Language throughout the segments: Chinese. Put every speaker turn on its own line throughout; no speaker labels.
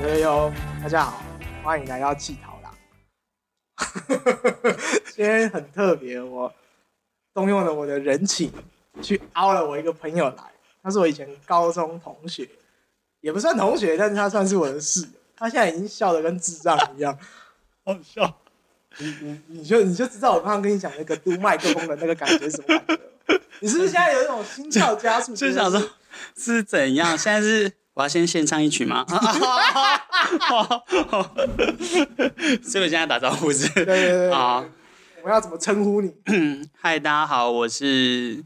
Hello，大家好，欢迎来到气桃啦。 今天很特别，我动用了我的人情去凹了我一个朋友来，他是我以前高中同学，也不算同学，但是他算是我的室友。他现在已经笑得跟智障一样，
好笑。
你你你就你就知道我刚刚跟你讲那个嘟麦克风的那个感觉是什么感觉了。你是不是现在有一种心跳加速？
就想说是 怎样？现在是我要先献唱一曲吗？ 所以我现在打招呼
对对
是
对对，
好
我们要怎么称呼你？
嗨，大家好，我是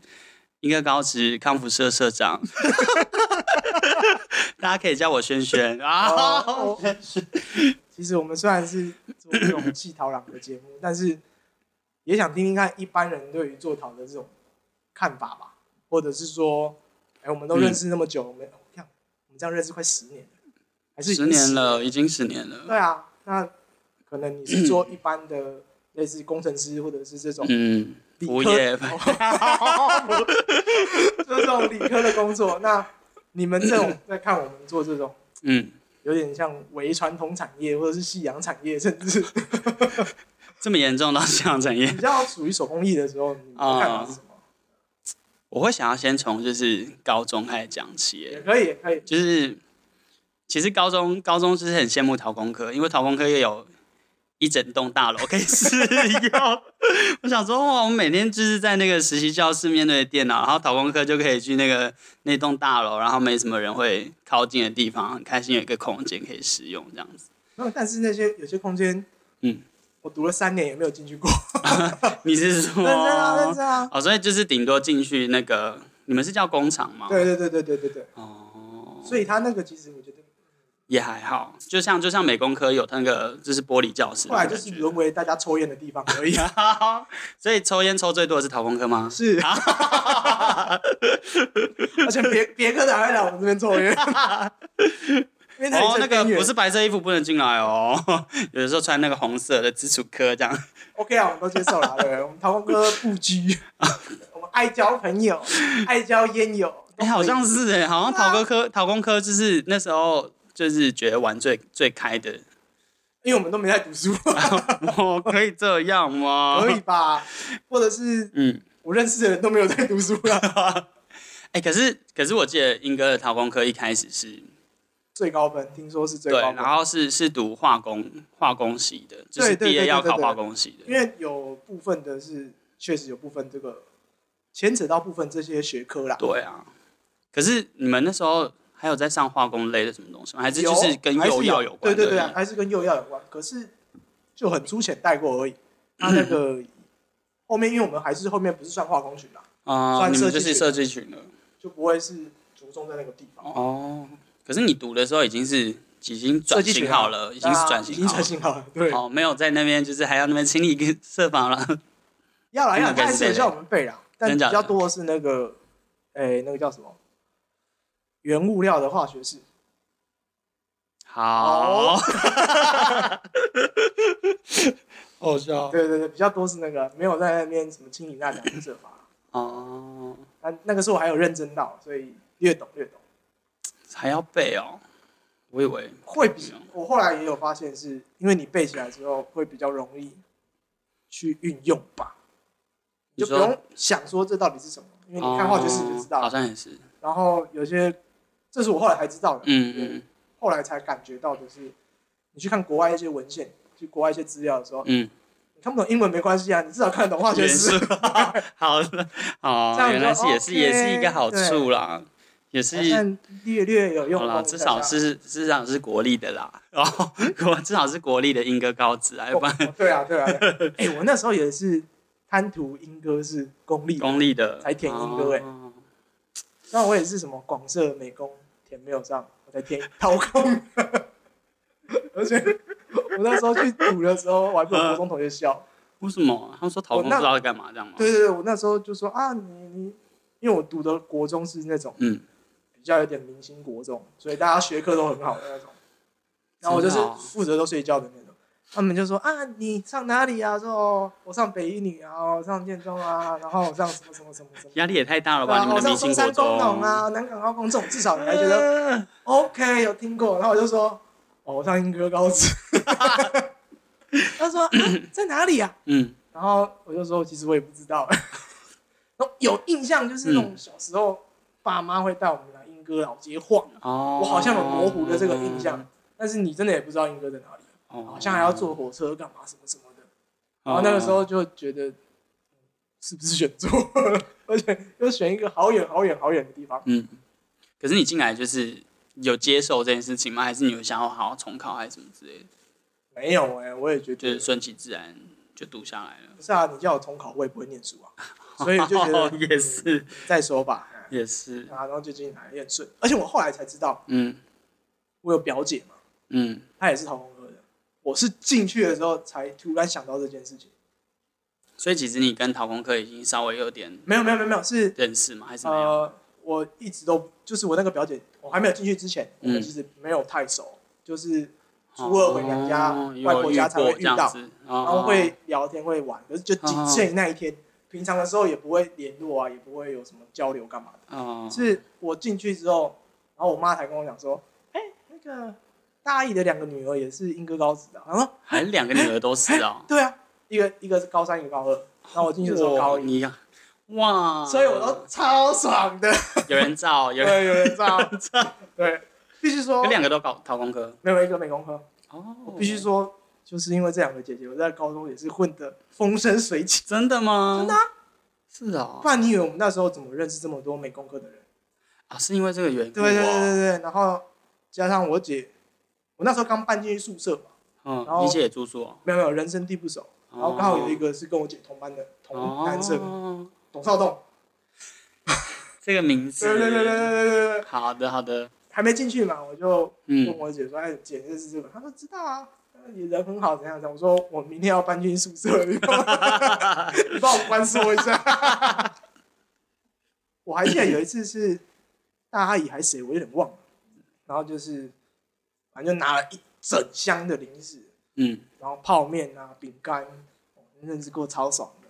一个高职康复社 社长，大家可以叫我轩轩啊。
哦，其实我们虽然是做这种气陶朗的节目，但是也想听听看一般人对于做陶的这种看法吧，或者是说，哎、我们都认识那么久，我们我看我们这样认识快十年了，还是已
十
经
年了，已经十年了。
对啊，那可能你是做一般的类似工程师，或者是这种
嗯，
理
服务
科
业
就这种理科的工作。那你们这种在看我们做这种。
嗯，
有点像伪传统产业或者是夕阳产业，甚至
这么严重到 夕阳产业
比，较属于手工艺的时候，你 们
啊
的看法是什么？
我会想要先从就是高中开始讲起耶。
也可以，也可以。
就是其实高中高中就是很羡慕陶工科，因为陶工科又有一整栋大楼可以使用。我想说，哇，我每天就是在那个实习教室面对着电脑，然后陶工科就可以去那个那栋大楼，然后没什么人会靠近的地方，很开心有一个空间可以使用这样子。
那但是那些有些空间，
嗯，
我读了三年也没有进去过。
你是
认真啊，认
说？
真啊。
哦，所以就是顶多进去那个，你们是叫工厂吗？
对对对对对对对。
哦，
所以他那个其实我觉得
也还好，就像就像美工科有那个就是玻璃教室那
后
种感
来
觉，
就是沦为大家抽烟的地方而 已。
所以抽烟抽最多的是陶工科吗？
是，而且别别科的还会来我们这边抽 烟。因 为里
哦，那
最
个
边缘
不是白色衣服不能进来哦， 有的时候穿那个红色的紫薯科这样。
OK 啊，我们都接受了，对，我们桃红哥不 拘，我们爱交朋友，爱交烟友，
哎、好像是哎、好像
对啊
陶工科陶工科就是那时候就是觉得玩最最开的，
因为我们都没在读书，
我可以这样吗？
可以，吧？或者是
哦嗯，
我认识的人都没有在读书了，
哎、可是可是我记得英哥的陶工科一开始是
最高分听说是最
对，
高分，
然后是是读化工化工系的，就是
对对
毕业
对
要
对
考
对
化工系
因
的。
为有部分的是确实有部分这个牵扯到部分这些学科啦，
对啊，可是你们那时候还有在上化工类的什么东西吗？还是
有
就是跟
还是
幼药有
对
关？嗯
对对
对
啊，，还是跟幼药有关，可是就很粗浅带过而已，他那 个后面因为我们还是后面不是算化工群啦。
啊，
算
你
设
们
计
就是
群
设计群了。
就不会是着重在那个地方。
哦，可是你读的时候已经是已经转
设计群
型
啊
好了，已经是转
已
型
经
好
转
了。
型好了，对，
哦，没有在那边，就是还要那边清理一个 设防了。
要来要啦，
那个
他还是有
是
叫我们背啦，但比
真假的
较多的是那个，哎，那个叫什么？原物料的化学式，
好，好笑
对对对，比较多是那个没有在那边什么清理那两 个设法，
哦，
啊那那个时候我还有认真到，所以略懂略懂。
还要背哦，我以为
会比我后来也有发现是，因为你背起来之后会比较容易去运用吧，
你
就不
说
用想说这到底是什么，因为你看化学式你就知道
哦
了
好。像也是，
然后有些，这是我后来才知道的，
嗯嗯
后来才感觉到的是，你去看国外一些文献，去国外一些资料的时候，
嗯，
你看不懂英文没关系啊，你至少看得懂化学
元
式
素。， 好了，哦
这，样
原
就哦
来是也是
OK，
也是一个好处啦，也是
但略略有用
好啦，
功
至少是至少是国立的啦， 哦，国至少是国立的英歌高职啊，
大家
要不然
哦对啊对啊，对 啊哎、我那时候也是贪图英歌是公立的，
公立的
才填英歌欸
哦
那我也是什么广设美工填没有上，我才填掏 空，而且我那时候去读的时候，我还被我国中同学笑。
为什么？他们说陶工不
那
知道在干嘛这样吗？
对对对，我那时候就说啊，你你，因为我读的国中是那种
嗯，
比较有点明星国中，所以大家学科都很好的那种。然后我就是
真的哦
负责都睡觉的那种。他们就说啊，你上哪里啊？说哦，我上北一女啊，我上建中啊，然后我上什么什么什么什么，
压力也太大了
对
吧？
啊，
你
我
们的
上
明
中
星
山
国
工啊
中
农，啊，南港高工这种，至少你还觉得
呃
OK 有听过。然后我就说哦，我上英歌高职。 他说、啊、在哪里啊？
嗯
然后我就说其实我也不知道。 然后有印象就是那
嗯
种小时候爸妈会带我们来英歌老街晃，
哦，
我好像有模糊的这个印象，但是你真的也不知道英歌在哪里，
哦，
好像还要坐火车干嘛什么什么的。然后那个时候就觉得嗯是不是选错 了，而且又选一个好远好远好远的地方。
嗯，可是你进来就是有接受这件事情吗？还是你有想要好好重考还是什么之类的？
没有哎、我也觉
就是
得
顺其自然就读下来了。
不是啊，你叫我重考，我也不会念书啊， 所以就觉
哦
得嗯
也是
再说吧。嗯
也是，
啊，然后就进来也很顺，而且我后来才知道，
嗯
我有表姐嘛，
嗯，
她也是桃红科的。我是进去的时候才突然想到这件事情，
所以其实你跟陶工科已经稍微有点
没有没有没有没有，是
认识吗？还是没有？哦
呃，我一直都就是我那个表姐，我还没有进去之前，我们
嗯
其实没有太熟，就是初二回娘家
哦有
外婆家才会
遇过这样
遇到
子哦
然后会聊天会玩，可是就仅限那一天，平常的时候也不会联络啊，也不会有什么交流干嘛的。
哦，
是我进去之后，然后我妈才跟我讲说，哎、那个大一的两个女儿也是英歌高职的啊，然后
还两个女儿都是哦。
对啊，一个一个是高三，一个高二，然后我进去的时候高
哇
一，
你哇，
所以我都超爽的，
有 人照，有人
对，有人照，对，必须说
有两个都搞陶工科
没有一个美工科，
哦
我必须说，就是因为这两个姐姐，我在高中也是混得风生水起，
真的吗？
真的啊
是哦
不，然你以为我们那时候怎么认识这么多美工科的人？
啊，是因为这个缘故、哦。
对对对对对，然后加上我姐，我那时候刚搬进去宿舍嘛，然
嗯，
后
你姐也住宿、哦，
没有没有人生地不熟，然后刚好有一个是跟我姐同班的同男生，
哦、
董少栋，
这个名字，
对对对对对对对，
好的好的，
还没进去嘛，我就问
嗯，
我姐说：“哎，姐认识这个？”她说：“知道啊，你人很好，怎样怎样。”我说：“我明天要搬进宿舍，你帮我 你帮我关说一下。”我还记得有一次是大阿姨还是谁，我有点忘了，然后就是反正就拿了一整箱的零食，
嗯，
然后泡面啊、饼干，认识过超爽的。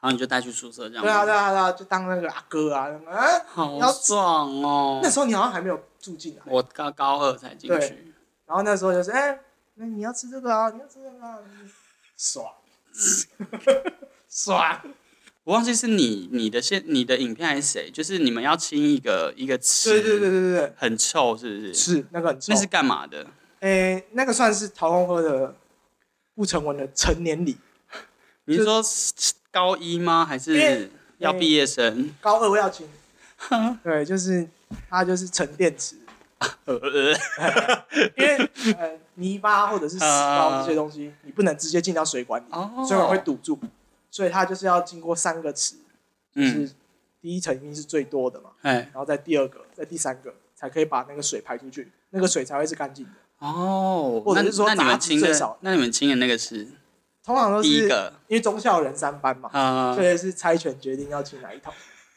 然后你就带去宿舍这样，
对啊，对，啊，对啊，就当那个阿哥啊，啊，
好
要
爽哦
那！时候你好像还没有住进来。
我高高二才进去，
然后那时候就是，哎、那你要吃这个啊，你要吃这个、啊， 爽，爽，
我忘记是你你的现你的影片还是谁，就是你们要清一个一个池，
对对对，对对对，
很臭是不是？
是那个很臭
那，是干嘛的？
哎、那个算是陶虹喝的不成文的成年礼，
你是说是是高一吗？还
因为
是要毕业生？
高二我要 请，对，就是它就是沉淀池，
呃呃，
因为呃泥巴或者 是石膏这些东西，你不能直接进到水管里，
啊哦，
水管会堵住，所以它就是要经过三个池，就
嗯，
是第一层一定是最多的嘛。
哎，
然后在第二个、在第三个才可以把那个水排出去，那个水才会是干净的。
哦，
或者
那
是说
那你
杂
们
质
清
最
的
少，
那你们清的那个是
通常都
第一
是
个
因为中校人三班嘛，
啊
所，以是猜拳决定要进哪一桶。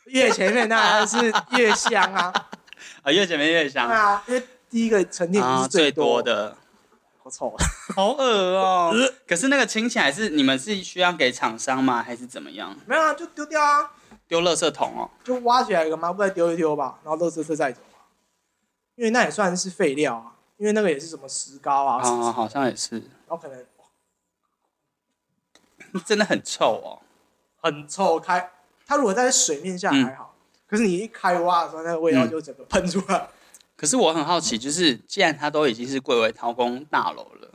越前面当然是越香啊，
啊，越姐妹越
对
香
啊，因为第一个沉淀不
啊，
是
最
多呃
多，的。
好臭啊。
好恶哦、可是那个清起来是你们是需要给厂商吗？还是怎么样？
没有啊，就丢掉啊，
丢垃圾桶哦、
就挖起来一个抹布再丢一丢吧，然后垃圾车再走吧，因为那也算是废料啊，因为那个也是什么石膏啊，什么
啊，好像也是，
然后可能
真的很臭哦、
很臭，开它如果在水面下还
嗯
好，可是你一开挖的时候，那个味道就整个喷出来。
可是我很好奇，就是既然它都已经是贵为陶工大楼了，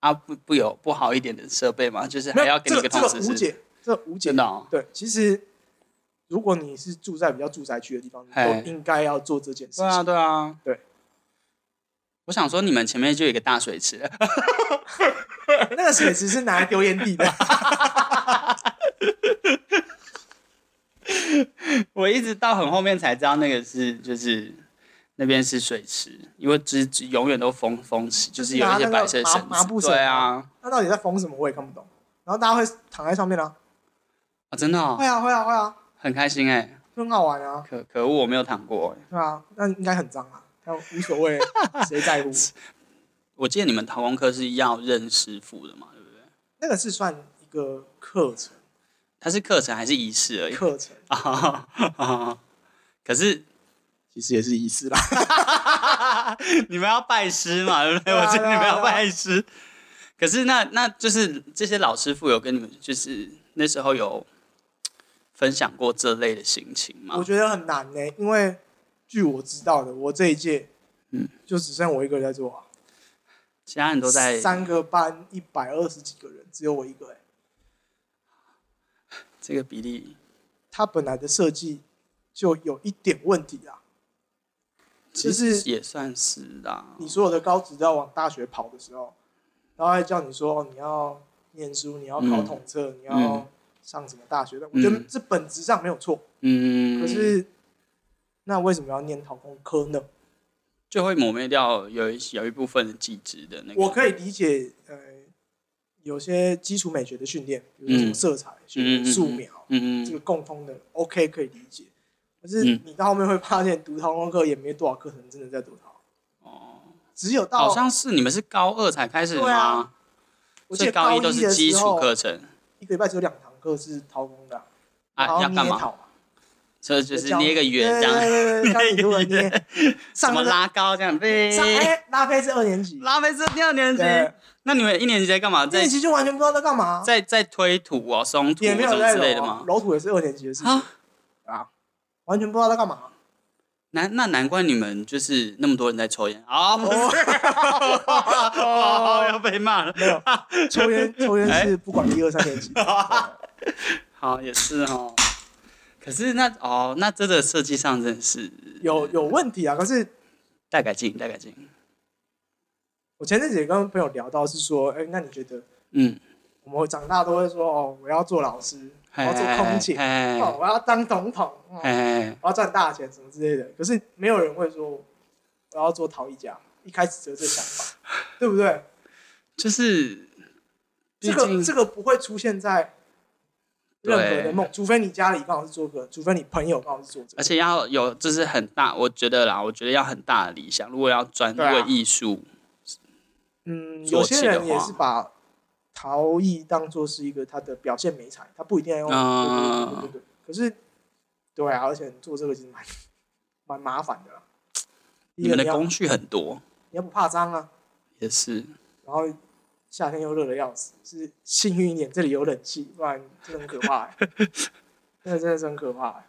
啊不不有不好一点的设备吗？就是还
没
哎要
有
给
这
你一
个这
通
个
知
无
是？
解，这个无解
真的、哦，
对，其实如果你是住在比较住宅区的地方，你
嘿
都应该要做这件事
对啊
情。
对啊
对。
我想说，你们前面就有一个大水池，
那个水池是拿来丢烟蒂的，
我一直到很后面才知道那个是就是那边是水池，因为只只永远都封封起，就
就是
是有一
拿
些
那
白
个
色
麻
绳
麻布
子，
绳
对
啊
啊，
那到底在缝什么我也看不懂。然后大家会躺在上面啊，
啊真的、哦
会、啊会啊会啊，
很开心哎、
就很好玩啊，
可可恶我没有躺过欸、
对啊，那应该很脏啊，那无所谓，谁在 乎？
我记得你们陶工科是要认师傅的嘛，对不对？
那个是算一个课程，
它是课程还是仪式而已
课程
啊？可是
其实也是仪式啦。
你们要拜师嘛，对不对？
对啊
我觉得
对啊
你们要
对啊
拜师。可是那那就是这些老师傅有跟你们，就是那时候有分享过这类的心情吗
我？觉得很难呢、因为据我知道的，我这一届，
嗯，
就只剩我一个人在做啊，
其他人都在
三个班一百二十几个人，只有我一个、欸。
这个比例，
它本来的设计就有一点问题啊。
其
就是
实也算是啦。
你所有的高职都要往大学跑的时候，然后还叫你说、哦、你要念书，你要考
嗯
统测，你
嗯
要上什么大学的，我觉得
嗯
这本质上没有错。
嗯，
可是那为什么要念考工科呢？
就会抹灭掉有一有一部分的技职的那个。
我可以理解，呃，有些基础美学的训练，比如说什么
嗯
色彩、
嗯嗯
学素描，
嗯，
这
嗯
个共通的 OK 可以理解。可是
嗯
你到后面会发现，读陶工课也没多少课程真的在读陶，
哦，
只有到
好像是你们是高二才开始的
对啊
吗？
我记
所
得
以高
高
一都是
的
基
时
础
候，
课程
一个礼拜只有两堂课是陶工的啊，
啊，
然后
要
捏
干嘛？
陶嘛，
所以就是
教
捏一个圆这样，
对对对，对
捏
教
一
你
个
如何
圆
捏，
什
上
么
个
拉高这样，
上
对。
哎拉菲是二年级，
拉菲是第二年级
对，
那你们一年级在干嘛？
一
在
年级就完全不知道在干嘛，
在在推土哦，松土
也
什
没有在
么之类的
揉啊
吗？
揉土也是二年级的事情
啊，
啊，完全不知道在干嘛。
难那难怪你们就是那么多人在抽烟 啊！不是，
哦
要被骂了。
没有，抽烟抽烟
哎
是不管一二三年级，
好，也是哦。可是那哦，那这个设计上真的是
有有问题啊。可是
大改进，大改进。
我前阵子也跟朋友聊到，是说，哎、那你觉得
嗯，
我们长大都会说，哦，我要做老师，我要做空姐，
哎
哦，我要当总统，哦
哎，
我要赚大钱什么之类的。可是没有人会说，我要做陶艺家。一开始只有这想 法，对不对？
就是
这
毕
个
竟
这个不会出现在任何
对
的梦，除非你家里刚好是做这个，除非你朋友刚好是做这
而
个。
且要有，就是很大，我觉得啦，我觉得要很大的理想。如果要专
对啊
为艺术，
嗯，
做
有
起
些
的
人也
话
是把陶艺当做是一个他的表现美材，他不一定要用。
嗯
对对对对对。可是，对啊，而且做这个其实蛮蛮麻烦的啦。
你
一个
们
你
的
要
工
你
具很多，
要不怕脏啊，
也是
然后夏天又热的要死，是幸运一点这里有冷气，不然真的很可怕、欸。真的真的是很可怕、欸。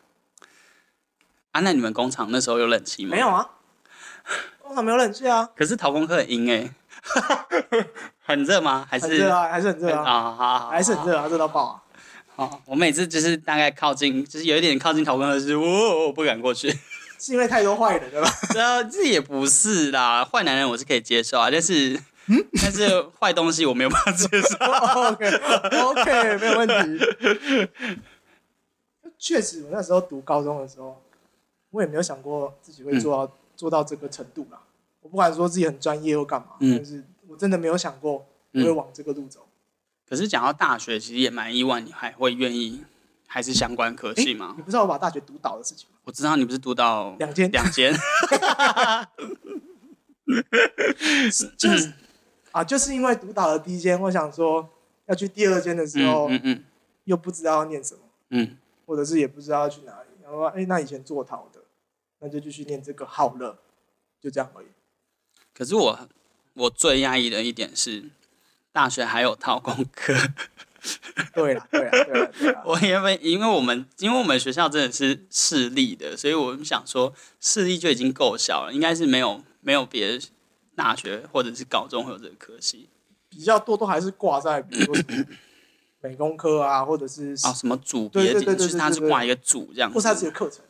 啊。那你们工厂那时候有冷气吗？
没有。啊，工厂没有冷气啊，
可是陶工课很阴哎、 很热吗？还
很
是
热啊，还是很热啊，
啊？好好
还是很热啊，热到爆啊。
好，我每次就是大概靠近，就是有一点靠近陶工课，就是我不敢过去。
是因为太多坏人了吧？
这这也不是啦，坏男人我是可以接受啊，但是。
嗯
但是坏东西我没有办法接受。
OK OK，没有问题。确实，我那时候读高中的时候，我也没有想过自己会做到、做到这个程度啦。我不管说自己很专业或干嘛，
嗯
但是我真的没有想过我会往这个路走。
可是讲到大学，其实也蛮意外，你还会愿意还嗯是相关科系吗？
你不知道我把大学读倒的事情吗？
我知道你不是读到
两间
两间，
就是啊，就是因为读倒了第一间，我想说要去第二间的时候，
嗯嗯
又不知道要念什么，
嗯
或者是也不知道要去哪里。然后说，哎、那以前做陶的，那就继续念这个好了，就这样而已。
可是我我最压抑的一点是，大学还有套工科。
对啦，对啦，对啦，对啦。
我原本因为我们因为我们学校真的是市立的，所以我们想说市立就已经够小了，应该是没有没有别的大学或者是高中会有这个科系
比较多都还是挂在比如说什么美工科啊，或者是
啊，什么组
对
别
对
的，
对对
就是它是
对对
挂一个组这样
或是它自己
子。
的课程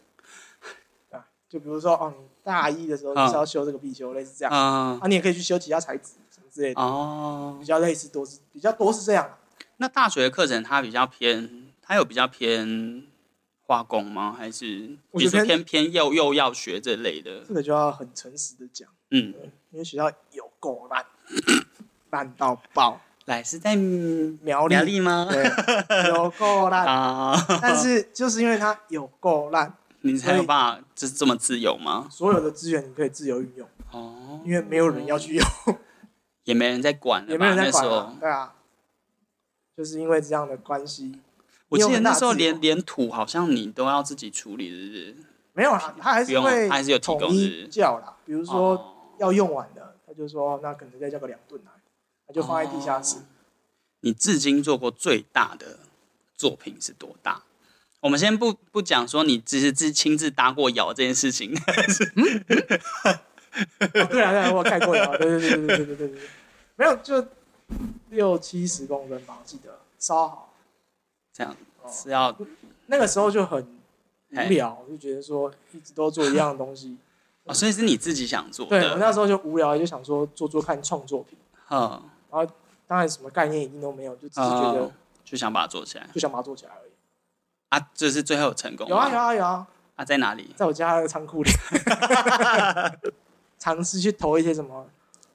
啊，就比如说哦，你大一的时候
嗯
你是要修这个必修，类似这样啊，
嗯
你也可以去修其他材质什么之类的，
哦
比，较类似多是比较多是这样啊，
那大学的课程它比较偏，它有比较偏化工吗？还是
我
比
觉得
如说偏偏幼幼药学这类的？
这个就要很诚实的讲，
嗯，
因为学校有够烂，烂到爆，
来是在苗
苗栗
栗吗？
对，有够烂，
啊，
但是就是因为它有够烂，
你才有办法就是这么自由吗？
所有的资源你可以自由运用，
哦，
因为没有人要去用。
也没人在管了吧，
也没有人在管、
那时
啊
候，
对啊，就是因为这样的关系，
我记得那时候
你有很大自由啊
连连土好像你都要自己处理，是不是？
没有啦，他还
不
是
用
会
他还是有提供
统
是不是
一教啦，比如说
哦
要用完的，他就说那可能再叫个两吨来，他就放在地下室。
哦你至今做过最大的作品是多大？我们先不不讲说你只是自亲自搭过窑这件事情，
哦对啊对啊，我有盖过窑，对对对对对对对对，没有就六七十公分吧，我记得烧好。
这样
哦
是要
那个时候就很无
哎
聊，我就觉得说一直都做一样的东 西。
哦，所以是你自己想做
对我
的，
那时候就无聊，就想说做做看创作品，
嗯，
当然什么概念一定都没有，就只是觉得
嗯就想把它做起来
就想把它做起来而已。
啊，这是最后有成功
有啊
吗
有啊有啊，
啊，在哪里？
在我家那个仓 库里，尝试去投一些什么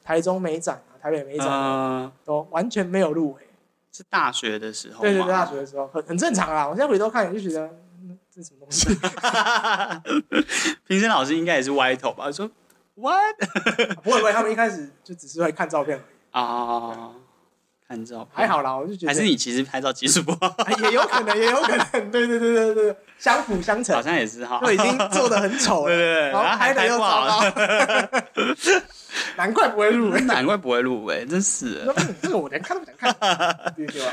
台中美展啊、台北美展啊，
嗯，
都完全没有入围。
是大学的时候
对对对，大
吗
学的时候很很正常啊。我现在回头看，我就觉得、嗯、这是什么东 西，
评审老师应该也是歪头吧？说 what
不会不会，他们一开始就只是会看照片而已，
啊？看照片
哦还，好啦，我就觉得
还是你其实拍照技术不好，
哎也有可能，也有可能，对对对对对，相辅相成
好，像也是哈。
就已经做的很丑
对
了，
对对，啊
然后
还
拍的
拍
又
不
糟
好，啊嗯
糕， 难怪不会入围。
难怪不会入围，真是的。
说嗯这个我连看都不想 看，对对吧？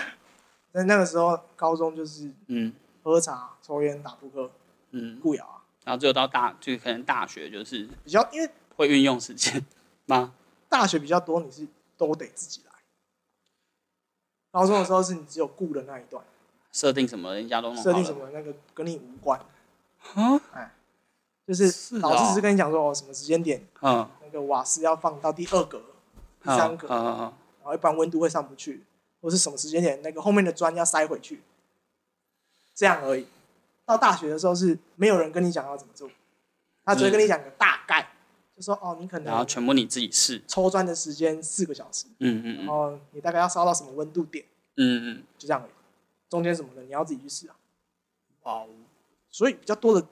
但那个时候高中就是
嗯
喝茶、抽烟、打扑克、
嗯，
顾窑啊，
然后最后到大，就可能大学就是
比较因为
会运用时间吗？
大学比较多，你是都得自己来。高中的时候是你只有顾的那一段，
设定什么人家都弄好
设
了
定什么那个跟你无关，
啊？
就是
是
老师只
哦
是跟你讲说哦什么时间点
嗯，
那个瓦斯要放到第二格、第三格，
嗯嗯嗯
然后一般温度会上不去，或是什么时间点那个后面的砖要塞回去，这样而已。到大学的时候是没有人跟你讲要怎么做，他只会跟你讲个大概，就说哦，你可
然后
能
全部你自己试。
抽砖的时间四个小时，
嗯嗯
然
嗯
后你大概要烧到什么温度点，
嗯嗯，
就这样而已。中间什么的你要自己去试啊，
哇哦，
所以比较多的，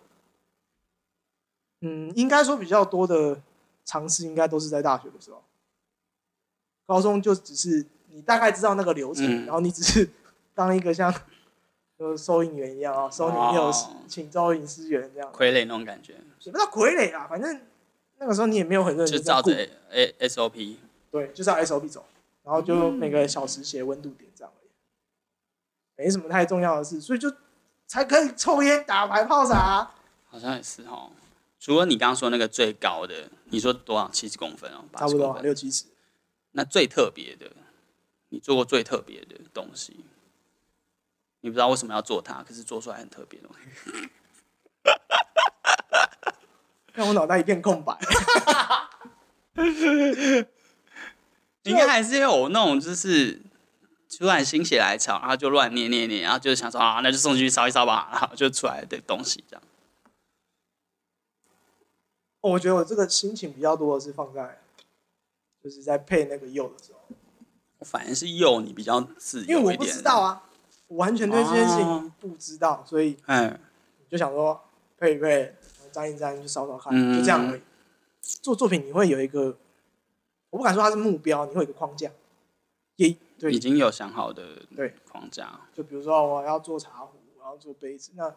嗯，应该说比较多的尝试应该都是在大学的时候，高中就只是你大概知道那个流程，
嗯
然后你只是当一个像 就是收银员一样啊，收
哦
银六师，请收银师员这样，
傀儡那种感觉，
也不知道傀儡啊，反正那个时候你也没有很认
就
真在
照
顾
着，A S O P。
对，就照 SOP 走，然后
嗯
就每个小时写温度点这样而已，没什么太重要的事，所以就才可以抽烟、打牌、泡茶啊、
好像也是哦。除了你刚刚说那个最高的，你说多少？七十公分哦，
差
八
不
十
多
公
啊
分。
六七十。
那最特别的，你做过最特别的东西，你不知道为什么要做它，可是做出来很特别的东西。
让我脑袋一片空白。
应该还是有那种就是突然心血来潮，然后就乱捏捏捏，然后就想说啊，那就送进去烧一烧吧，然后就出来的东西这样。
哦我觉得我这个心情比较多的是放在，就是在配那个釉的时候，
我反而是诱你比较自
因为
由一
我
点，
不知道啊，我完全对这件事情不知道，所以
哎，
就想说配一配，粘一粘就烧烧看，
嗯
就这样而已。做作品你会有一个，我不敢说它是目标，你会有一个框架。也对
已，经有想好的
对
框架，
就比如说我要做茶壶，我要做杯子，那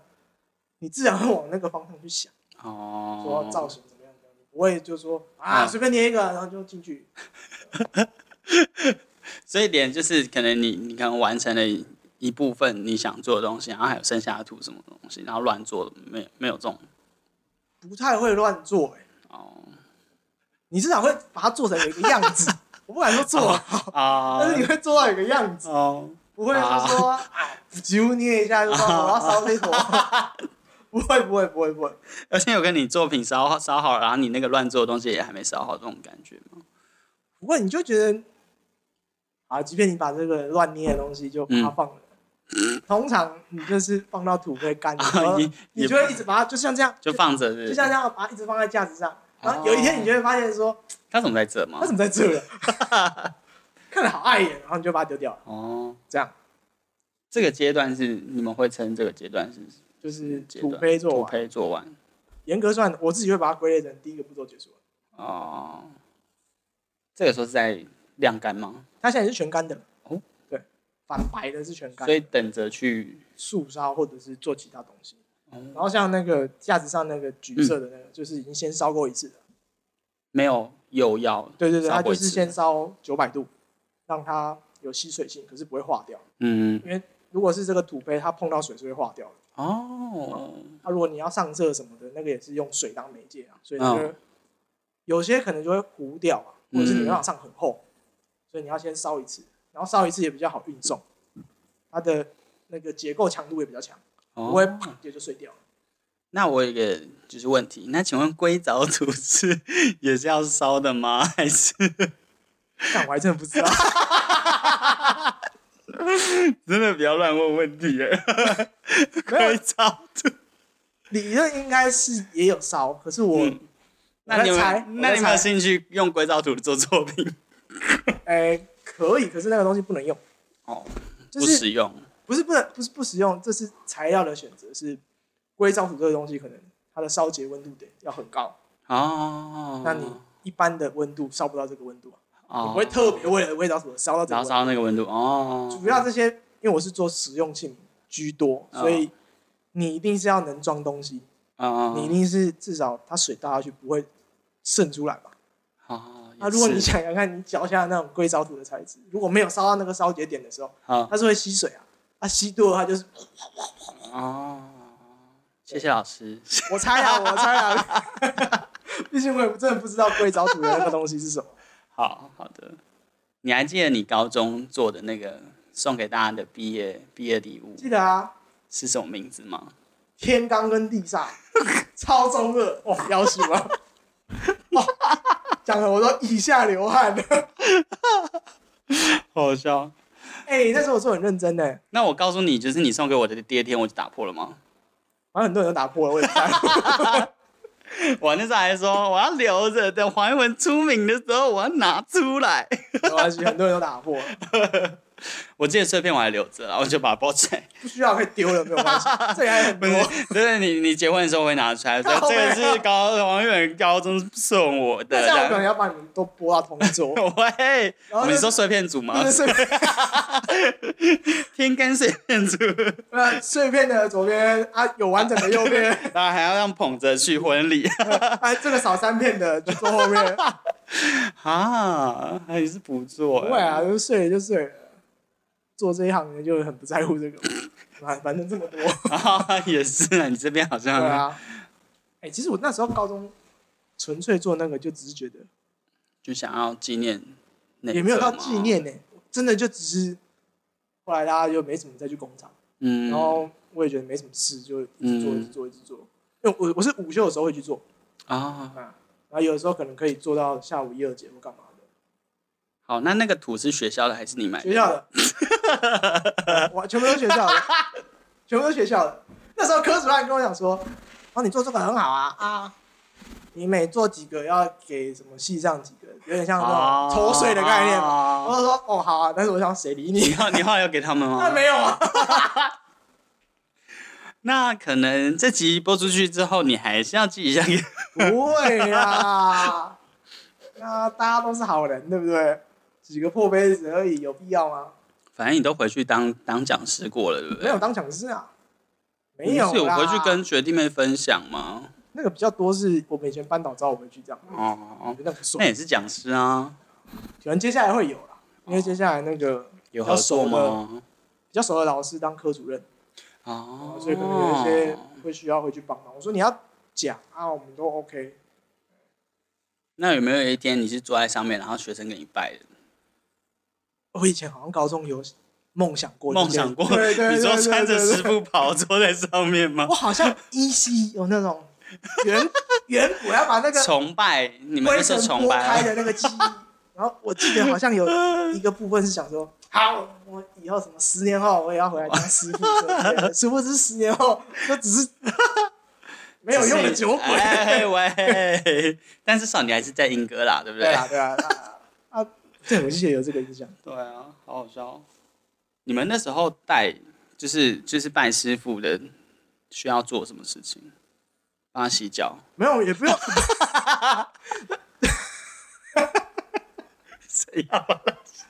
你自然会往那个方向去想。说
哦，
造型怎么样怎么样，你不会就说啊
嗯
随便捏一个，然后就进去。
所以连就是可能你你可能完成了一部分你想做的东西，然后还有剩下的图什么东西，然后乱做的没有没有这种
不太会乱做、欸，
哦
你至少会把它做成有一个样子。我不敢说做好，
啊
但是你会做到有个样子，
哦
不会就说啊，几乎捏一下就说我要烧黑头。 不会，不会，不会，不会。
而且有跟你作品烧好烧好，然后你那个乱做的东西也还没烧好，这种感觉吗？
不会，你就觉得啊，即便你把这个乱捏的东西就把
嗯
它放了。通常你就是放到土会干，然后
啊，也
你
也
就会一直把它，就像这样，
就放着是
哦就
不
像这
是，
样把它一直放在架子上。然后有一天，你就会发现说，
他怎么在这吗
他？怎么在这了？啊 看着好碍眼，然后你就把它丢掉了。
哦，
这样
这个阶段是你们会称这个阶段是
就是
阶
土
段
胚做
土
完，
胚做完
严格算，我自己会把它归类成第一个步骤结束了。
哦。这个时候是在晾干吗？
它现在是全干的了
哦，
对，反白的是全干
所，以等着去
素烧或者是做其他东西。
哦嗯
然后像那个架子上那个橘色的那个，就是已经先烧过一次了，
没有釉药，
对对对，
烧
它
过
就
一
是
次
先烧九百度，让它有吸水性，可是不会化掉。
嗯，
如果是这个土杯，它碰到水是会化掉的。
哦，
那、啊如果你要上色什么的，那个也是用水当媒介啊，所以那
嗯
个、有些可能就会糊掉啊，或者是你没办法上很厚，所以你要先烧一次，然后烧一次也比较好运送，它的那个结构强度也比较强，不会
哦，
啪也就碎掉了。
那我有一个就是问题，那请问硅藻土是也是要烧的吗？ 还是
但我还真的不知 道，
真的不要乱问问题耶？
没有
硅藻土，
理论应该是也有烧，可是我、
嗯
我
那
在
你
猜
们那
我
你
在
们
猜
有兴趣用硅藻土做作品？
哎、可以，可是那个东西不能用，
哦，
就
不
是
实用，
不是不能不是不实用，这是材料的选择，是硅藻土这个东西可能它的烧结温度得要很高，
哦，
那你一般的温度烧不到这个温度啊，
哦
你不会特别为了味道什么烧到这
然
个
后
温
烧那个温度哦，
度。主要这些，因为我是做实用性居多，
哦
所以你一定是要能装东西，
哦，
你一定是至少它水倒下去不会渗出来吧？
哦，
那啊如果你
也是
想想看，你脚下那种硅藻土的材质，如果没有烧到那个烧结点的时候，
好
它是会吸水啊，它吸多了它就是，
哦，谢谢老 师，
我猜啊，我猜啊， 毕竟我也真的不知道硅藻土的那个东西是什么。
好好的，你还记得你高中做的那个送给大家的毕业毕业礼物
记得啊，
是什么名字吗？
天罡跟地煞，超中二，哇，要死了！哇，讲的我都以下流汗了。
好笑。
哎、那时候我做得很认真呢，
那我告诉你，就是你送给我的第二天我就打破了吗？
好像很多人都打破了，我也不在乎。
我那时候还说我要留着，等黄一文出名的时候我要拿出来。
没关系，很多人都打破了，
我这些碎片我还留着啦，然后就把它包起来。
不需要可以丢了，没有关系。这里还很
不
多
是，， 就是你你结婚的时候会拿出 来，说这个是高黄远高中送我的。
那这样我可
这
能
样
要把你们都拨到同一 桌。
喂，
然后就
你说碎片组吗
真？的碎片，
天干碎片 组，
呃，碎片的左边啊，有完整的右边，
然后还要让捧着去婚礼
啊，这个少三片的就坐后面。
啊，还是不
不
错。
会啊，，就睡了就睡了。做这一行的就很不在乎这个， 反反正这么 多。
啊，也是啊，你这边好像
对啊，哎、其实我那时候高中纯粹做那个，就只是觉得
就想要纪念那，
也没有到纪，念呢、真的就只是后来大家就没怎么再去工厂，
嗯，
然后我也觉得没什么事，就一直做
嗯
一直做一直做。因为我我是午休的时候会去做，
啊，
然后有的时候可能可以做到下午一二节或干嘛的，
好，那那个土是学校的还是你买
学校 的，我全部都学校的，全部都学校的。那时候科主任跟我讲说：“哦，你做这个很好啊啊，你每做几个要给什么系上几个，有点
啊
像
哦
那种抽水的概念嘛。”我
嘛？
就说哦好啊，但是我想谁理
你
你？
要你后来有给他们吗？
那没有 啊，
那可能这集播出去之后，你还是要记一下 给。
不会啊，那大家都是好人，对不对？几个破杯子而已，有必要吗？
反正你都回去当当讲师过了，对不对？
没有当讲师啊，没
你
有
是有
啦
回去跟学弟妹分享吗？
那个比较多是我们以前班导找我回去这样，我
哦，
觉得那不错
那。也是讲师啊，
可能接下来会有啦，
哦
因为接下来那个
有合作吗？
比较熟的老师当科主任，
哦，
所以可能有一些会需要回去帮忙。我说你要讲啊，我们都 OK。
那有没有一天你是坐在上面，然后学生给你拜的？
我以前好像高中有梦想过这件
梦
事，
想过，
对对对
你说
对
穿着
对对
师傅袍坐在上面吗
我？好像依稀有那种原 原我要把那个
崇拜，你们
灰
那时
尘
候崇
拨开
拜啊，
的那个记 忆，然后我记得好像有一个部分是想 说，好，我以后什么十年后我也要回来当师傅， 殊不知十年后那只是 没有用的酒鬼。
哎喂，但至少你还是在英哥啦，对不
对啊，对啊，啊，啊对，我记得有这个印象。
对啊，好好笑哦。你们那时候带就是就是拜师傅的，需要做什么事情？帮他洗脚。
没有，也不用，
谁要帮他洗？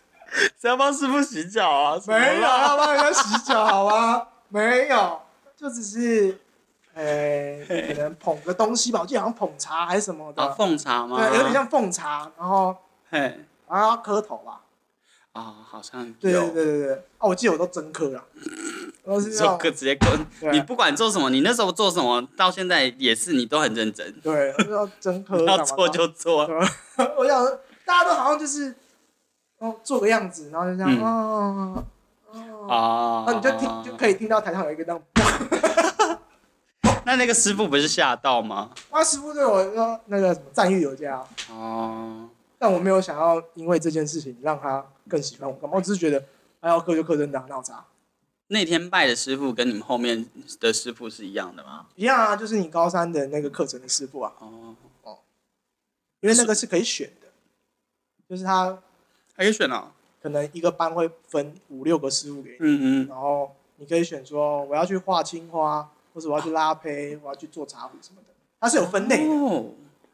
谁要帮师傅洗脚啊？什么
没有
啦
要帮人家洗脚好吗？没有，就只是，哎、呃，可能捧个东西吧，我记得好像捧茶还是什么
啊，
的，
奉茶吗？
对，有点。像奉茶，然后
嘿，
然后要磕头吧，
啊、好像
对对
有。
对对对，啊，我记得我都真磕 了，都是
做
要
个直接跟
对
你不管做什么，你那时候做什么，到现在也是你都很认真，
对，都是要真 磕，
要
干嘛
做就做。
我想大家都好像就是哦做个样子，然后就这样
嗯
哦哦，
哦
然后你就听就可以听到台上有一个这样，
那那个师傅不是吓到吗？
哇，师傅对我说那个什么赞誉有加，啊
哦，
但我没有想要因为这件事情让他更喜欢我干嘛，我只是觉得哎要磕就磕真的啊，闹啥
那天拜的师傅跟你们后面的师傅是一样的吗？
一样啊，就是你高三的那个课程的师傅啊，
哦，
因为那个是可以选的，就是他
还可以选哦。
可能一个班会分五六个师傅给你。
嗯嗯，
然后你可以选说我要去画青花，或者我要去拉胚，我要去做茶壶什么的，它是有分类的。
哦，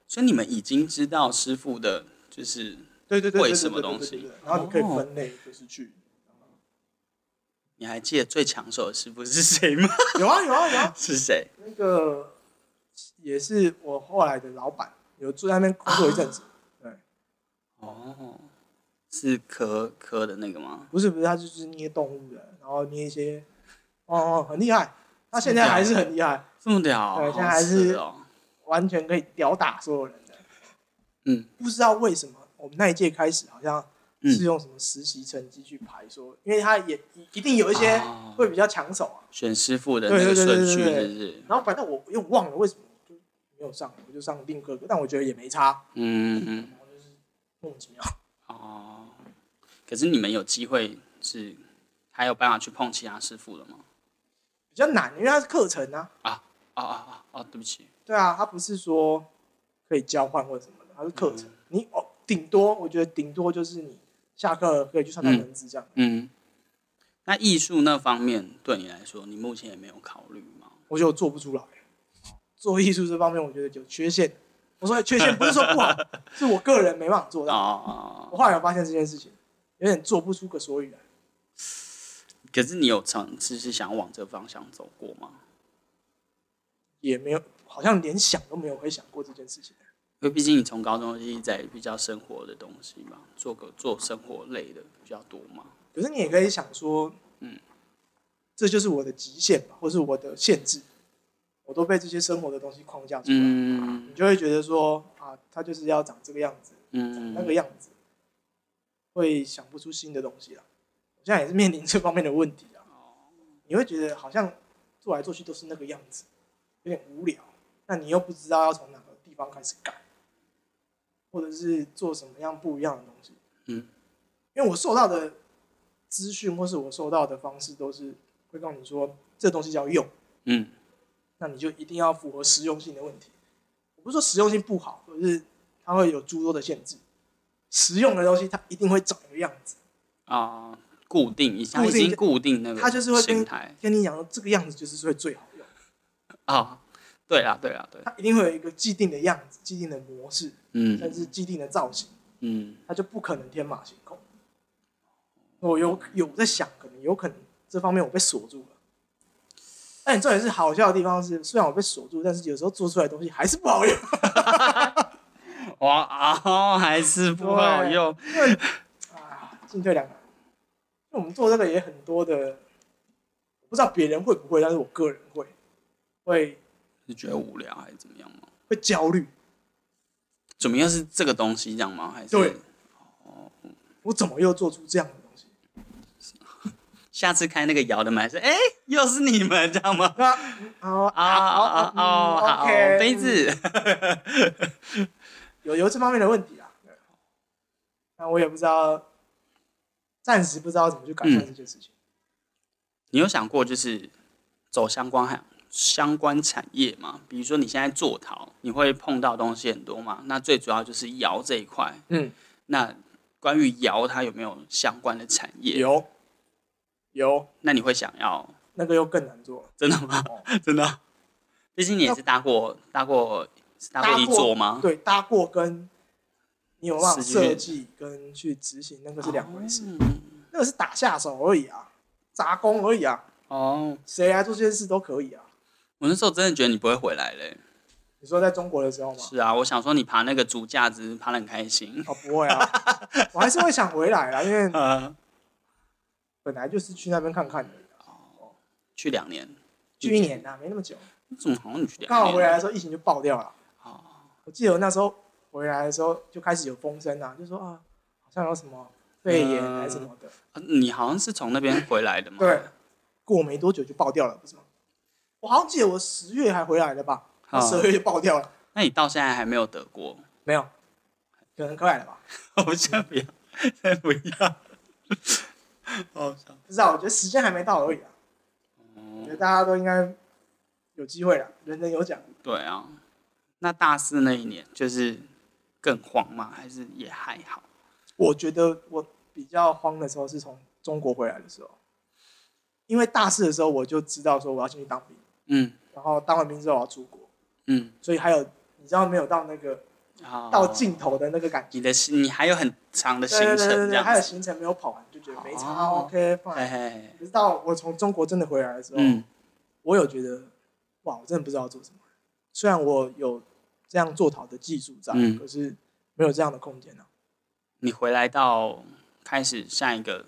所以你们已经知道师傅的，就是
对对对对
会
对
什么
对
东
对
西哦
对对然后你可以分类，就是去
你还记得最抢手的师傅是谁吗？
有啊有啊有啊，
是谁？
那个也是我后来的老板，有住在那边工作一阵子。
啊哦，是科科的那个吗？
不是不是，他就是捏动物的，然后捏一些，哦哦，很厉害。他现在还是很厉害，
这么屌，
对现在
好
还是
扯哦，
完全可以吊打所有人的。
嗯，
不知道为什么我们那一届开始好像
嗯
是用什么实习成绩去排说，因为他也一一定有一些
哦
会比较抢手啊。
选师傅的那
对
个
对对
顺
对
序
对对
是不是？
然后反正我又忘了为什么就没有上，我就上另科，但我觉得也没差，
嗯嗯嗯，
然后就是莫名其妙。
哦，可是你们有机会是还有办法去碰其他师傅的吗？
比较难，因为它是课程啊，
哦哦哦哦，对不起，
对啊，它不是说可以交换或者什么的，它是课程。你哦，顶多我觉得顶多就是你下课可以去上上
嗯
文字这样。
嗯，那艺术那方面对你来说，你目前也没有考虑吗？
我觉得我做不出来。做艺术这方面，我觉得有缺陷。我说的缺陷不是说不好，是我个人没办法做到。我
哦，
后来有发现这件事情，有点做不出个所以然。
可是你有尝试是想往这方向走过吗？
也没有，好像连想都没有会想过这件事情。
因为毕竟你从高中就一直在比较生活的东西嘛，做个做生活类的比较多嘛。
可是你也可以想说，嗯，这就是我的极限吧，或是我的限制，我都被这些生活的东西框架住了。
嗯
你就会觉得说啊，他就是要长这个样子，
嗯
那个样子，会想不出新的东西了。我现在也是面临这方面的问题啊。
哦
你会觉得好像做来做去都是那个样子，有点无聊。那你又不知道要从哪个地方开始改，或者是做什么样不一样的东西。
嗯，
因为我受到的资讯或是我受到的方式都是会告诉你说这东西要用，
嗯，
那你就一定要符合实用性的问题。我不是说实用性不好，而是它会有诸多的限制。实用的东西它一定会长一个样子，
啊，固定一下，
固
已
定
经固定那个，
它就是会跟
形态
跟你讲说这个样子就是会最好用，
啊。对啦，对啦，对，
它一定会有一个既定的样子、既定的模式，甚
嗯
至既定的造型，
嗯，
它就不可能天马行空。我有有在想，可能有可能这方面我被锁住了。但你重点是好笑的地方是，虽然我被锁住，但是有时候做出来的东西还是不好用。
哇啊、哦，还是不好用。
啊，进退两难。因为我们做这个也很多的，我不知道别人会不会，但是我个人会，会
是觉得无聊还是怎么样吗？
会焦虑。
怎么样是这个东西这样吗？还是
对我怎么又做出这样的东西？
下次开那个摇的门是哎、又是你们这样吗？
那啊
啊啊啊啊！好，
，OK，
杯子，
有有这方面的问题啊。对那我也不知道，暂时不知道怎么去改善这件事情。
你有想过就是走相关行相关产业吗？比如说你现在做陶，你会碰到东西很多嘛？那最主要就是窑这一块。
嗯，
那关于窑，它有没有相关的产业？
有有
那你会想 要
那个又更难做了，
真的吗？真
啊
的？毕竟你也是搭过搭过是搭过一座吗？
对，搭过跟你有办法
实际去
设计跟去执行那个是两回事。
嗯
那个是打下手而已啊，杂工而已啊，
哦，
谁来做这件事都可以啊。
我那时候真的觉得你不会回来嘞。
你说在中国的时候吗？
是啊，我想说你爬那个竹架子爬得很开心。
哦，不会啊，我还是会想回来啊，因为
呃，
本来就是去那边看看的，
去两年，
去一年啊，没那么久。
怎么好像你去两年？啊
刚好回来的时候，疫情就爆掉了。
哦
我记得我那时候回来的时候，就开始有风声啊，就说啊，好像有什么肺炎
嗯
还是什么的。
呃你好像是从那边回来的嘛？
对，过没多久就爆掉了，不是吗？我好像记得我十月还回来的吧，
啊
十二月就爆掉了，
那你到现在还没有得 过？
没有，可能快了吧？
好像不要，再不要。好像
不知道，我觉得时间还没到而已啊。我觉得大家都应该有机会了，人人有奖。
对啊，那大四那一年就是更慌吗？还是也还好？
我觉得我比较慌的时候是从中国回来的时候，因为大四的时候我就知道说我要进去当兵，
嗯
然后当完兵之后我要出国，
嗯，
所以还有你知道没有到那个
好
到尽头的那个感觉，
哦你的行你还有很长的行
对对
程
对对
这
对，
样
还有
子。
行程没有跑完就觉得没差、
哦
o k
嘿
fine。
嘿嘿，
直到我从中国真的回来的时候，
嗯
我有觉得哇，我真的不知道做什么。虽然我有这样做陶的技术在，
嗯
可是没有这样的空间啊。
你回来到开始下一个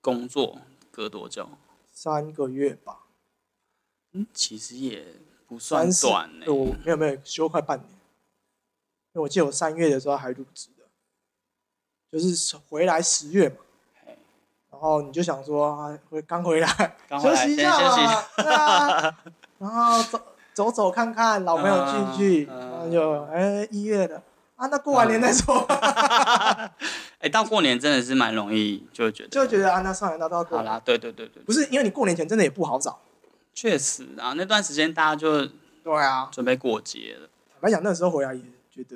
工作隔多久？
三个月吧，
嗯，其实也不算
三四
短欸呢、
对我没有没有休快半年，因为我记得我三月的时候还入职的，就是回来十月嘛
嘿，
然后你就想说啊，回刚回来，
刚回
休
来
息一
先
下
休息一
嘛
下，
对啊，然后走走走看看，老朋友聚聚，
嗯嗯
然后就哎一月的啊，那过完年再说，
嗯哎、到过年真的是蛮容易，就觉得
就觉得啊，那算了，那到过
好
年，
啦，对对对对，
不是因为你过年前真的也不好找，
确实啊，那段时间大家就
对啊，
准备过节了。
坦白讲那时候回来也觉得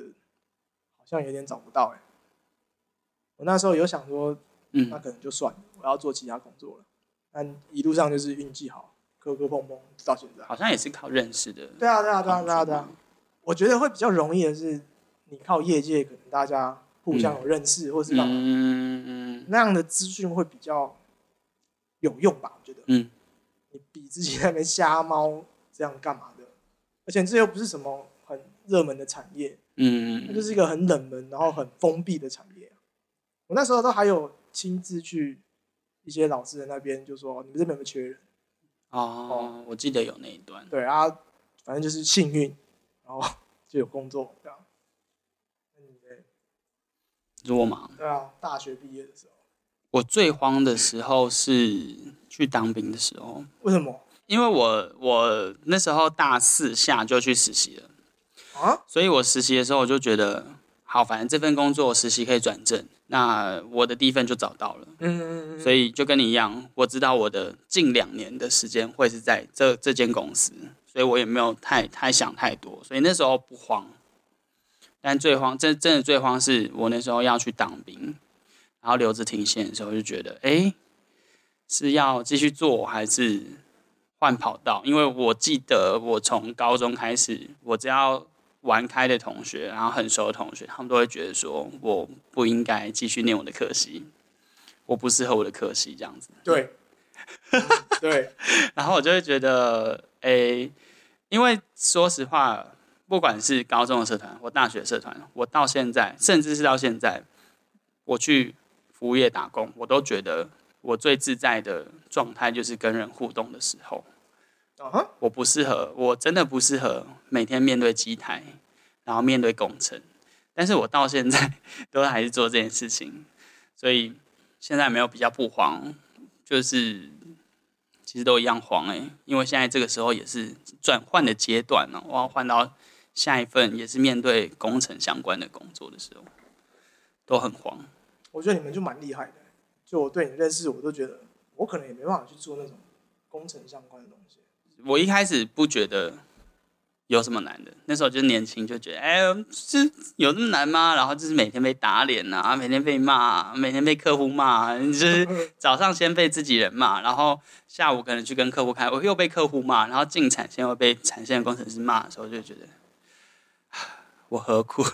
好像有点找不到哎、我那时候有想说，那
嗯，
可能就算了，我要做其他工作了，但一路上就是运气好，磕磕碰碰到现在，
好像也是靠认识的。
对啊，对啊，对啊，对啊，对啊。我觉得会比较容易的是，你靠业界可能大家互相有认识，或是干嘛
嗯，
那样的资讯会比较有用吧？我觉得，
嗯，
你比自己在那边瞎猫这样干嘛的？而且这又不是什么很热门的产业，
嗯
它
嗯，
就是一个很冷门，然后很封闭的产业。我那时候都还有亲自去一些老师的那边，就说你们这边有没有缺人？
哦，我记得有那一段。
对啊，反正就是幸运，然后就有工作这样。那你嘞
弱嘛，
对啊，大学毕业的时候，
我最慌的时候是去当兵的时候，
为什么
因为我我那时候大四下就去实习了，
啊？
所以我实习的时候我就觉得，好，反正这份工作实习可以转正，那我的第一份就找到了。
嗯，
所以就跟你一样，我知道我的近两年的时间会是在这这间公司，所以我也没有太太想太多，所以那时候不慌。但最慌，真真的最慌是我那时候要去当兵，然后留着停线的时候就觉得，哎、是要继续做还是换跑道？因为我记得我从高中开始，我只要玩开的同学，然后很熟的同学，他们都会觉得说我不应该继续念我的科系，我不适合我的科系这样子。
对， 嗯对，
然后我就会觉得，诶、因为说实话，不管是高中的社团或大学社团，我到现在，甚至是到现在，我去服务业打工，我都觉得我最自在的状态就是跟人互动的时候。
啊哈，
我不适合，我真的不适合每天面对机台，然后面对工程。但是我到现在 都还是做这件事情，所以现在没有比较不慌，就是其实都一样慌哎、因为现在这个时候也是转换的阶段呢、我要换到下一份也是面对工程相关的工作的时候，都很慌。
我觉得你们就蛮厉害的。就我对你认识，我都觉得我可能也没办法去做那种工程相关的东西。
我一开始不觉得有什么难的，那时候就年轻，就觉得哎，是有那么难吗？然后就是每天被打脸啊，每天被骂啊，每天被客户骂啊，就是早上先被自己人骂，然后下午可能去跟客户开，我又被客户骂，然后进产线又被产线的工程师骂的时候，就觉得唉我何苦，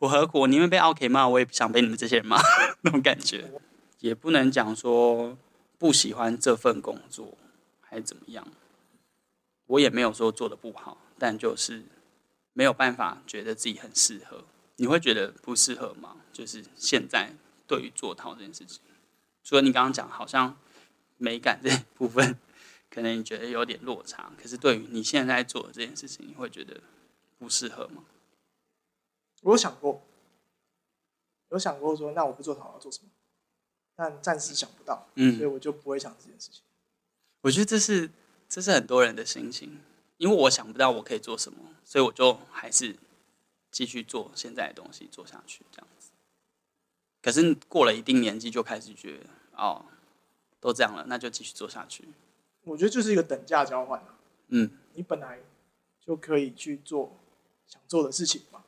我何苦，我宁愿被 OK 骂，我也不想被你们这些人骂那种感觉，也不能讲说不喜欢这份工作还是怎么样。我也没有说做的不好，但就是没有办法觉得自己很适合。你会觉得不适合吗？就是现在对于做陶这件事情，除了你刚刚讲好像美感这部分，可能你觉得有点落差，可是对于你现在做的这件事情，你会觉得不适合吗？
我有想过，有想过说，那我不做陶我要做什么？但暂时想不到，所以
嗯，
我就不会想这件事情。
我觉得这是这是很多人的心情，因为我想不到我可以做什么，所以我就还是继续做现在的东西做下去这样子。可是过了一定年纪，就开始觉得哦，都这样了，那就继续做下去。
我觉得就是一个等价交换啊，
嗯
你本来就可以去做想做的事情嘛。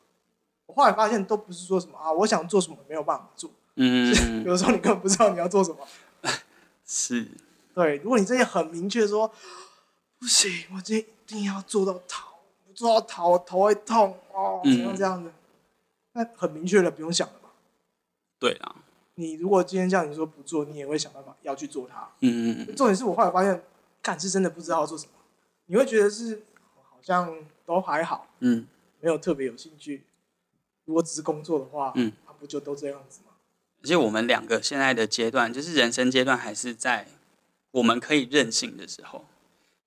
我后来发现都不是说什么啊，我想做什么没有办法做，
嗯，嗯嗯
有的时候你根本不知道你要做什么。
是
对，如果你真的很明确说，不行，我今天一定要做到逃，不做到逃，我头会痛哦，怎
嗯
样这样子，那很明确了，不用想了嘛。
对啦，
你如果今天叫你说不做，你也会想办法要去做它。
嗯嗯嗯
重点是我后来发现，干是真的不知道要做什么，你会觉得是好像都还好，
嗯，
没有特别有兴趣。如果只是工作的话，
嗯，
啊、不就都这样子吗？
而且我们两个现在的阶段，就是人生阶段，还是在我们可以任性的时候，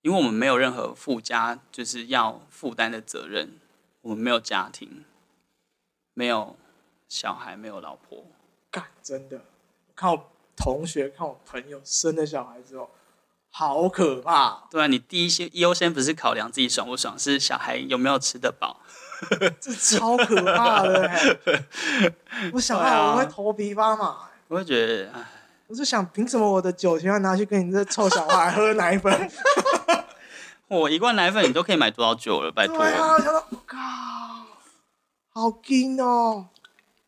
因为我们没有任何附加就是要负担的责任，我们没有家庭，没有小孩，没有老婆，
干，真的，我看我同学、看我朋友生了小孩之后，好可怕哦、
对啊，你第一先优先不是考量自己爽不爽，是小孩有没有吃得饱。
这超可怕的、欸！ 我想
对啊
到我会头皮发麻、欸
我会觉得，唉
我就想，凭什么我的酒钱要拿去跟你这臭小孩喝奶 粉？
我一罐奶粉你都可以买多少酒了，拜
对
托。
啊，我想到，我靠，好劲哦！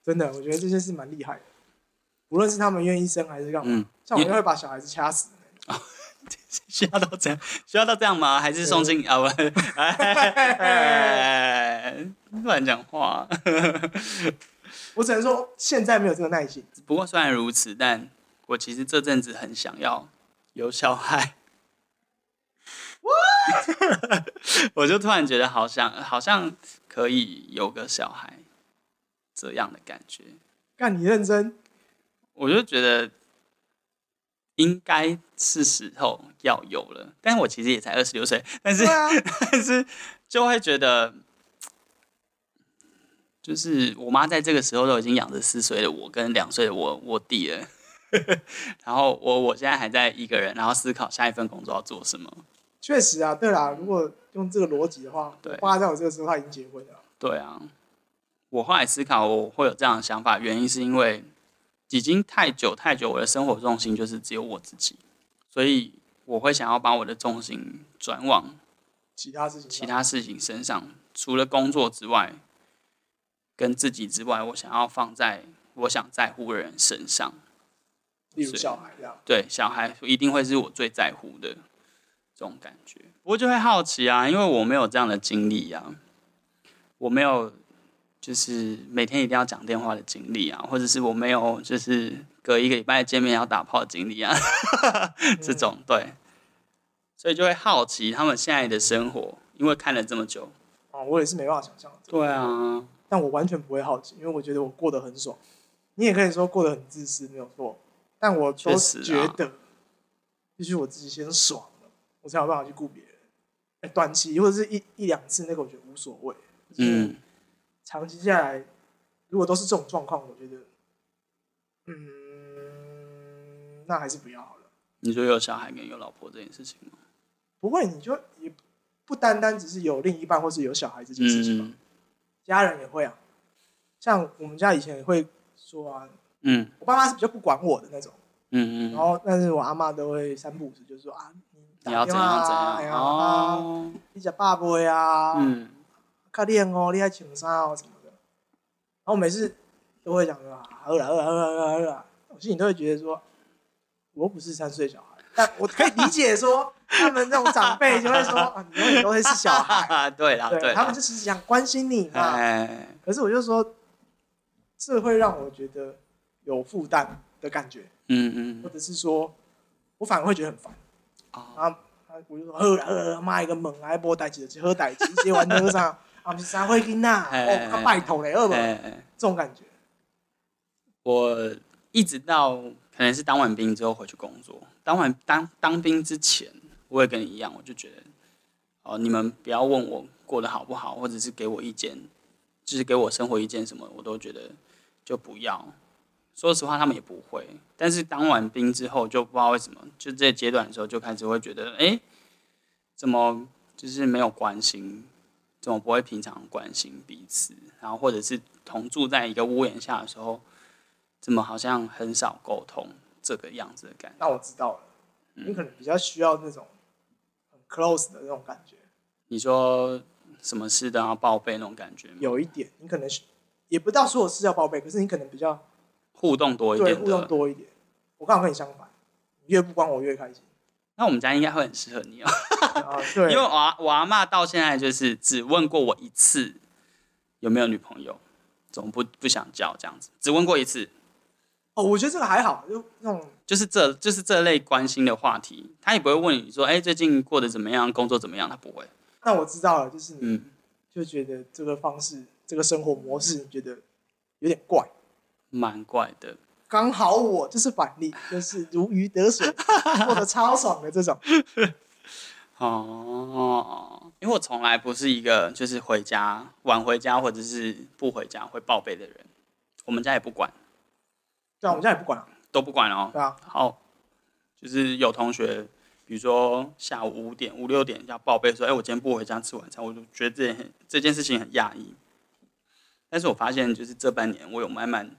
真的，我觉得这件事蛮厉害的，无论是他们愿意生还是干嘛，
嗯，
像我就会把小孩子掐死。
需要到这样，需要到这样吗？还是送进啊？不，哎哎乱讲话。
我只能说，现在没有这个耐心。
不过虽然如此，但我其实这阵子很想要有小孩。 我就突然觉得好像好像可以有个小孩这样的感觉，
干你认真，
我就觉得应该是时候要有了。但我其实也才二十六岁，但是
对啊，
但是就会觉得，就是我妈在这个时候都已经养着四岁的我跟两岁的我我弟了， 然后我我现在还在一个人，然后思考下一份工作要做什么。
确实啊，对啦，如果用这个逻辑的话，
对
我爸在我这个时候他已经结婚了，
对啊，我后来思考我会有这样的想法，原因是因为已经太久太久，我的生活重心就是只有我自己，所以我会想要把我的重心转往
其他事情
其
上
他事情身上，除了工作之外，跟自己之外，我想要放在我想在乎的人身上。
例如小孩这样。
对，小孩一定会是我最在乎的这种感觉。我就会好奇啊，因为我没有这样的经历啊，我没有就是每天一定要讲电话的经历啊，或者是我没有就是隔一个礼拜见面要打炮的经历啊， 这种对，所以就会好奇他们现在的生活，因为看了这么久。
啊、我也是没办法想象这个，
对啊，
但我完全不会好奇，因为我觉得我过得很爽。你也可以说过得很自私，没有错，但我都
确实啊
觉得必须我自己先爽了，我才有办法去顾别人。哎短期或者是一一两次那个，我觉得无所谓。，
嗯，
长期下来，如果都是这种状况，我觉得，嗯，那还是不要好了。
你说有小孩跟有老婆这件事情吗？
不会，你就也不单单只是有另一半或是有小孩这件事情吧，
嗯
家人也会啊。像我们家以前也会说啊，
嗯
我爸妈是比较不管我的那种，
嗯
然
嗯，
后但是我阿妈都会三不五时就说啊，你
你要怎样怎
哎
样
呀，啊
哦，
你吃爸爸啊，
嗯，
较练哦，你爱穿啥哦什么的。然后我每次都会讲说啊，好啦好啦好啦好啦好啦，我心里都会觉得说，我又不是三岁小孩，但我可以理解 说他们那种长辈就会说啊，你永远都会是小 孩，
啊，对啦
对
对
他们
啦，
就是想关心你嘛。
哎，
可是我就说，这会让我觉得有负担的感觉，
嗯嗯
或者是说我反而会觉得很烦。
哦
啊，他我就说好啦好啦，妈一个猛啊，无代志就是好代志，结完好 啥，啊不是啥会囡仔，
嘿
哦，啊拜托嘞，好不好？
哎哎
这种感觉，
我一直到可能是当完兵之后回去工作，当完当当兵之前，我也跟你一样，我就觉得，哦、你们不要问我过得好不好，或者是给我意见，就是给我生活意见什么，我都觉得就不要。说实话，他们也不会。但是当完兵之后，就不知道为什么，就这阶段的时候，就开始会觉得，哎、怎么就是没有关心，怎么不会平常关心彼此，然后或者是同住在一个屋檐下的时候，怎么好像很少沟通这个样子的感觉？
那我知道了，你可能比较需要那种很 close 的那种感觉，
你说什么事都要报备那种感觉吗？
有一点，你可能是也不到说我是要报备，可是你可能比较
互动多一
对
点
互动
的，
多一点。我刚好跟你相反，你越不帮我越开心
那我们家应该会很适合你哦，
啊，
因
对
为，我阿我阿妈到现在就是只问过我一次有没有女朋友，总不不想交这样子，只问过一次，
哦，我觉得这个还好，就那种
就是这就是这类关心的话题，她也不会问你说，哎、最近过得怎么样，工作怎么样，她不会，
那我知道了，就是你
嗯，
就觉得这个方式、这个生活模式，你觉得有点怪。
蛮怪的，
刚好我就是反例，就是如鱼得水，过得超爽的这种。
哦，因为我从来不是一个就是回家晚回家或者是不回家会报备的人，我们家也不管，
对啊，我们家也不管啊，
都不管哦。
对啊，
好，就是有同学，比如说下午五点、五六点要报备说，哎、我今天不回家吃晚餐，我就觉得这件很这件事情很压抑。但是我发现，就是这半年我有慢慢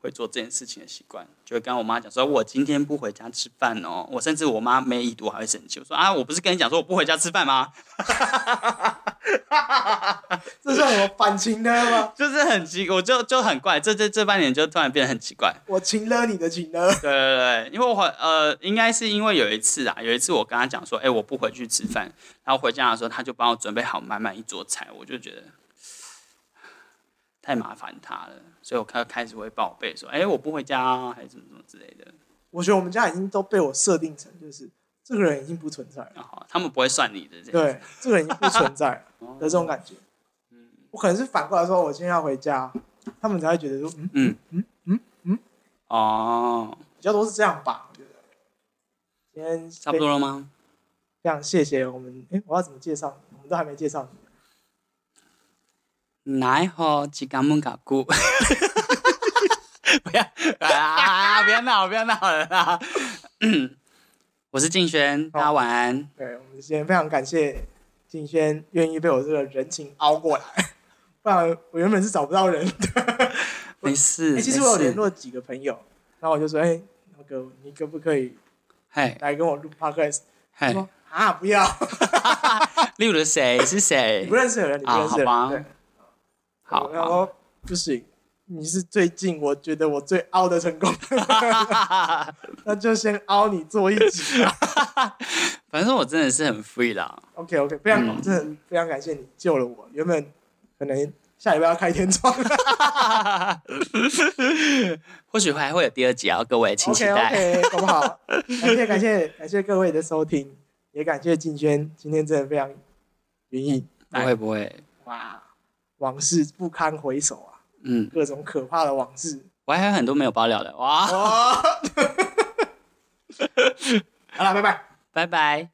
会做这件事情的习惯，就会跟我妈讲说，我今天不回家吃饭哦。我甚至我妈没已读还会生气，我说啊，我不是跟你讲说我不回家吃饭吗？
这算我反情了吗？
就是很奇，我就就很怪，这这这半年就突然变得很奇怪。
我情了你的情了，
对对对，因为我回呃，应该是因为有一次啊，有一次我跟他讲说，哎、我不回去吃饭，然后回家的时候他就帮我准备好满满一桌菜，我就觉得太麻烦他了，所以我开开始会报备说，哎、我不回家、啊、还是怎么怎么之类的。
我觉得我们家已经都被我设定成就是这个人已经不存在了，
然后他们不会算你的这样。
对，这个人已经不存在了
哦
的这种感觉。
嗯
我可能是反过来说，我今天要回家，他们才会觉得说，嗯，
哦，
比较多是这样吧。我觉得今天
差不多了吗？
非常谢谢我们，哎、我要怎么介绍你？我们都还没介绍你。
来吼，吉嘎木嘎 咕。不要啊！不要闹，不要闹了啦！我是静轩，大家晚安。
对，我们今天非常感谢景轩愿意被我这个人情熬过来，不然我原本是找不到人。
没事，
哎，
没
其实我有联
事。
络几个朋友，然后我就说，哎、那个你可不可以
嘿，
来跟我录 podcast？他
嘿，
说啊，不要，
例如谁是
你
谁
不？认识的人，你不认识的人。
啊好吧
对，
好，
然
好
后不行，你是最近我觉得我最凹的成功， 那就先凹你做一集啊。
反正我真的是很 free 啦。
OK OK，非常、
嗯
真的非常感谢你救了我。原本可能下礼拜要开天窗
或许还会有第二集哦，各位 请期
，OK
待。
OK，好不好？感谢感谢感谢各位的收听，也感谢静轩今天真的非常愿意
不会不会，
哇，往事不堪回首啊，
嗯，
各种可怕的往事。
我还有很多没有爆料的哇！
哦，好了，拜拜。
拜拜。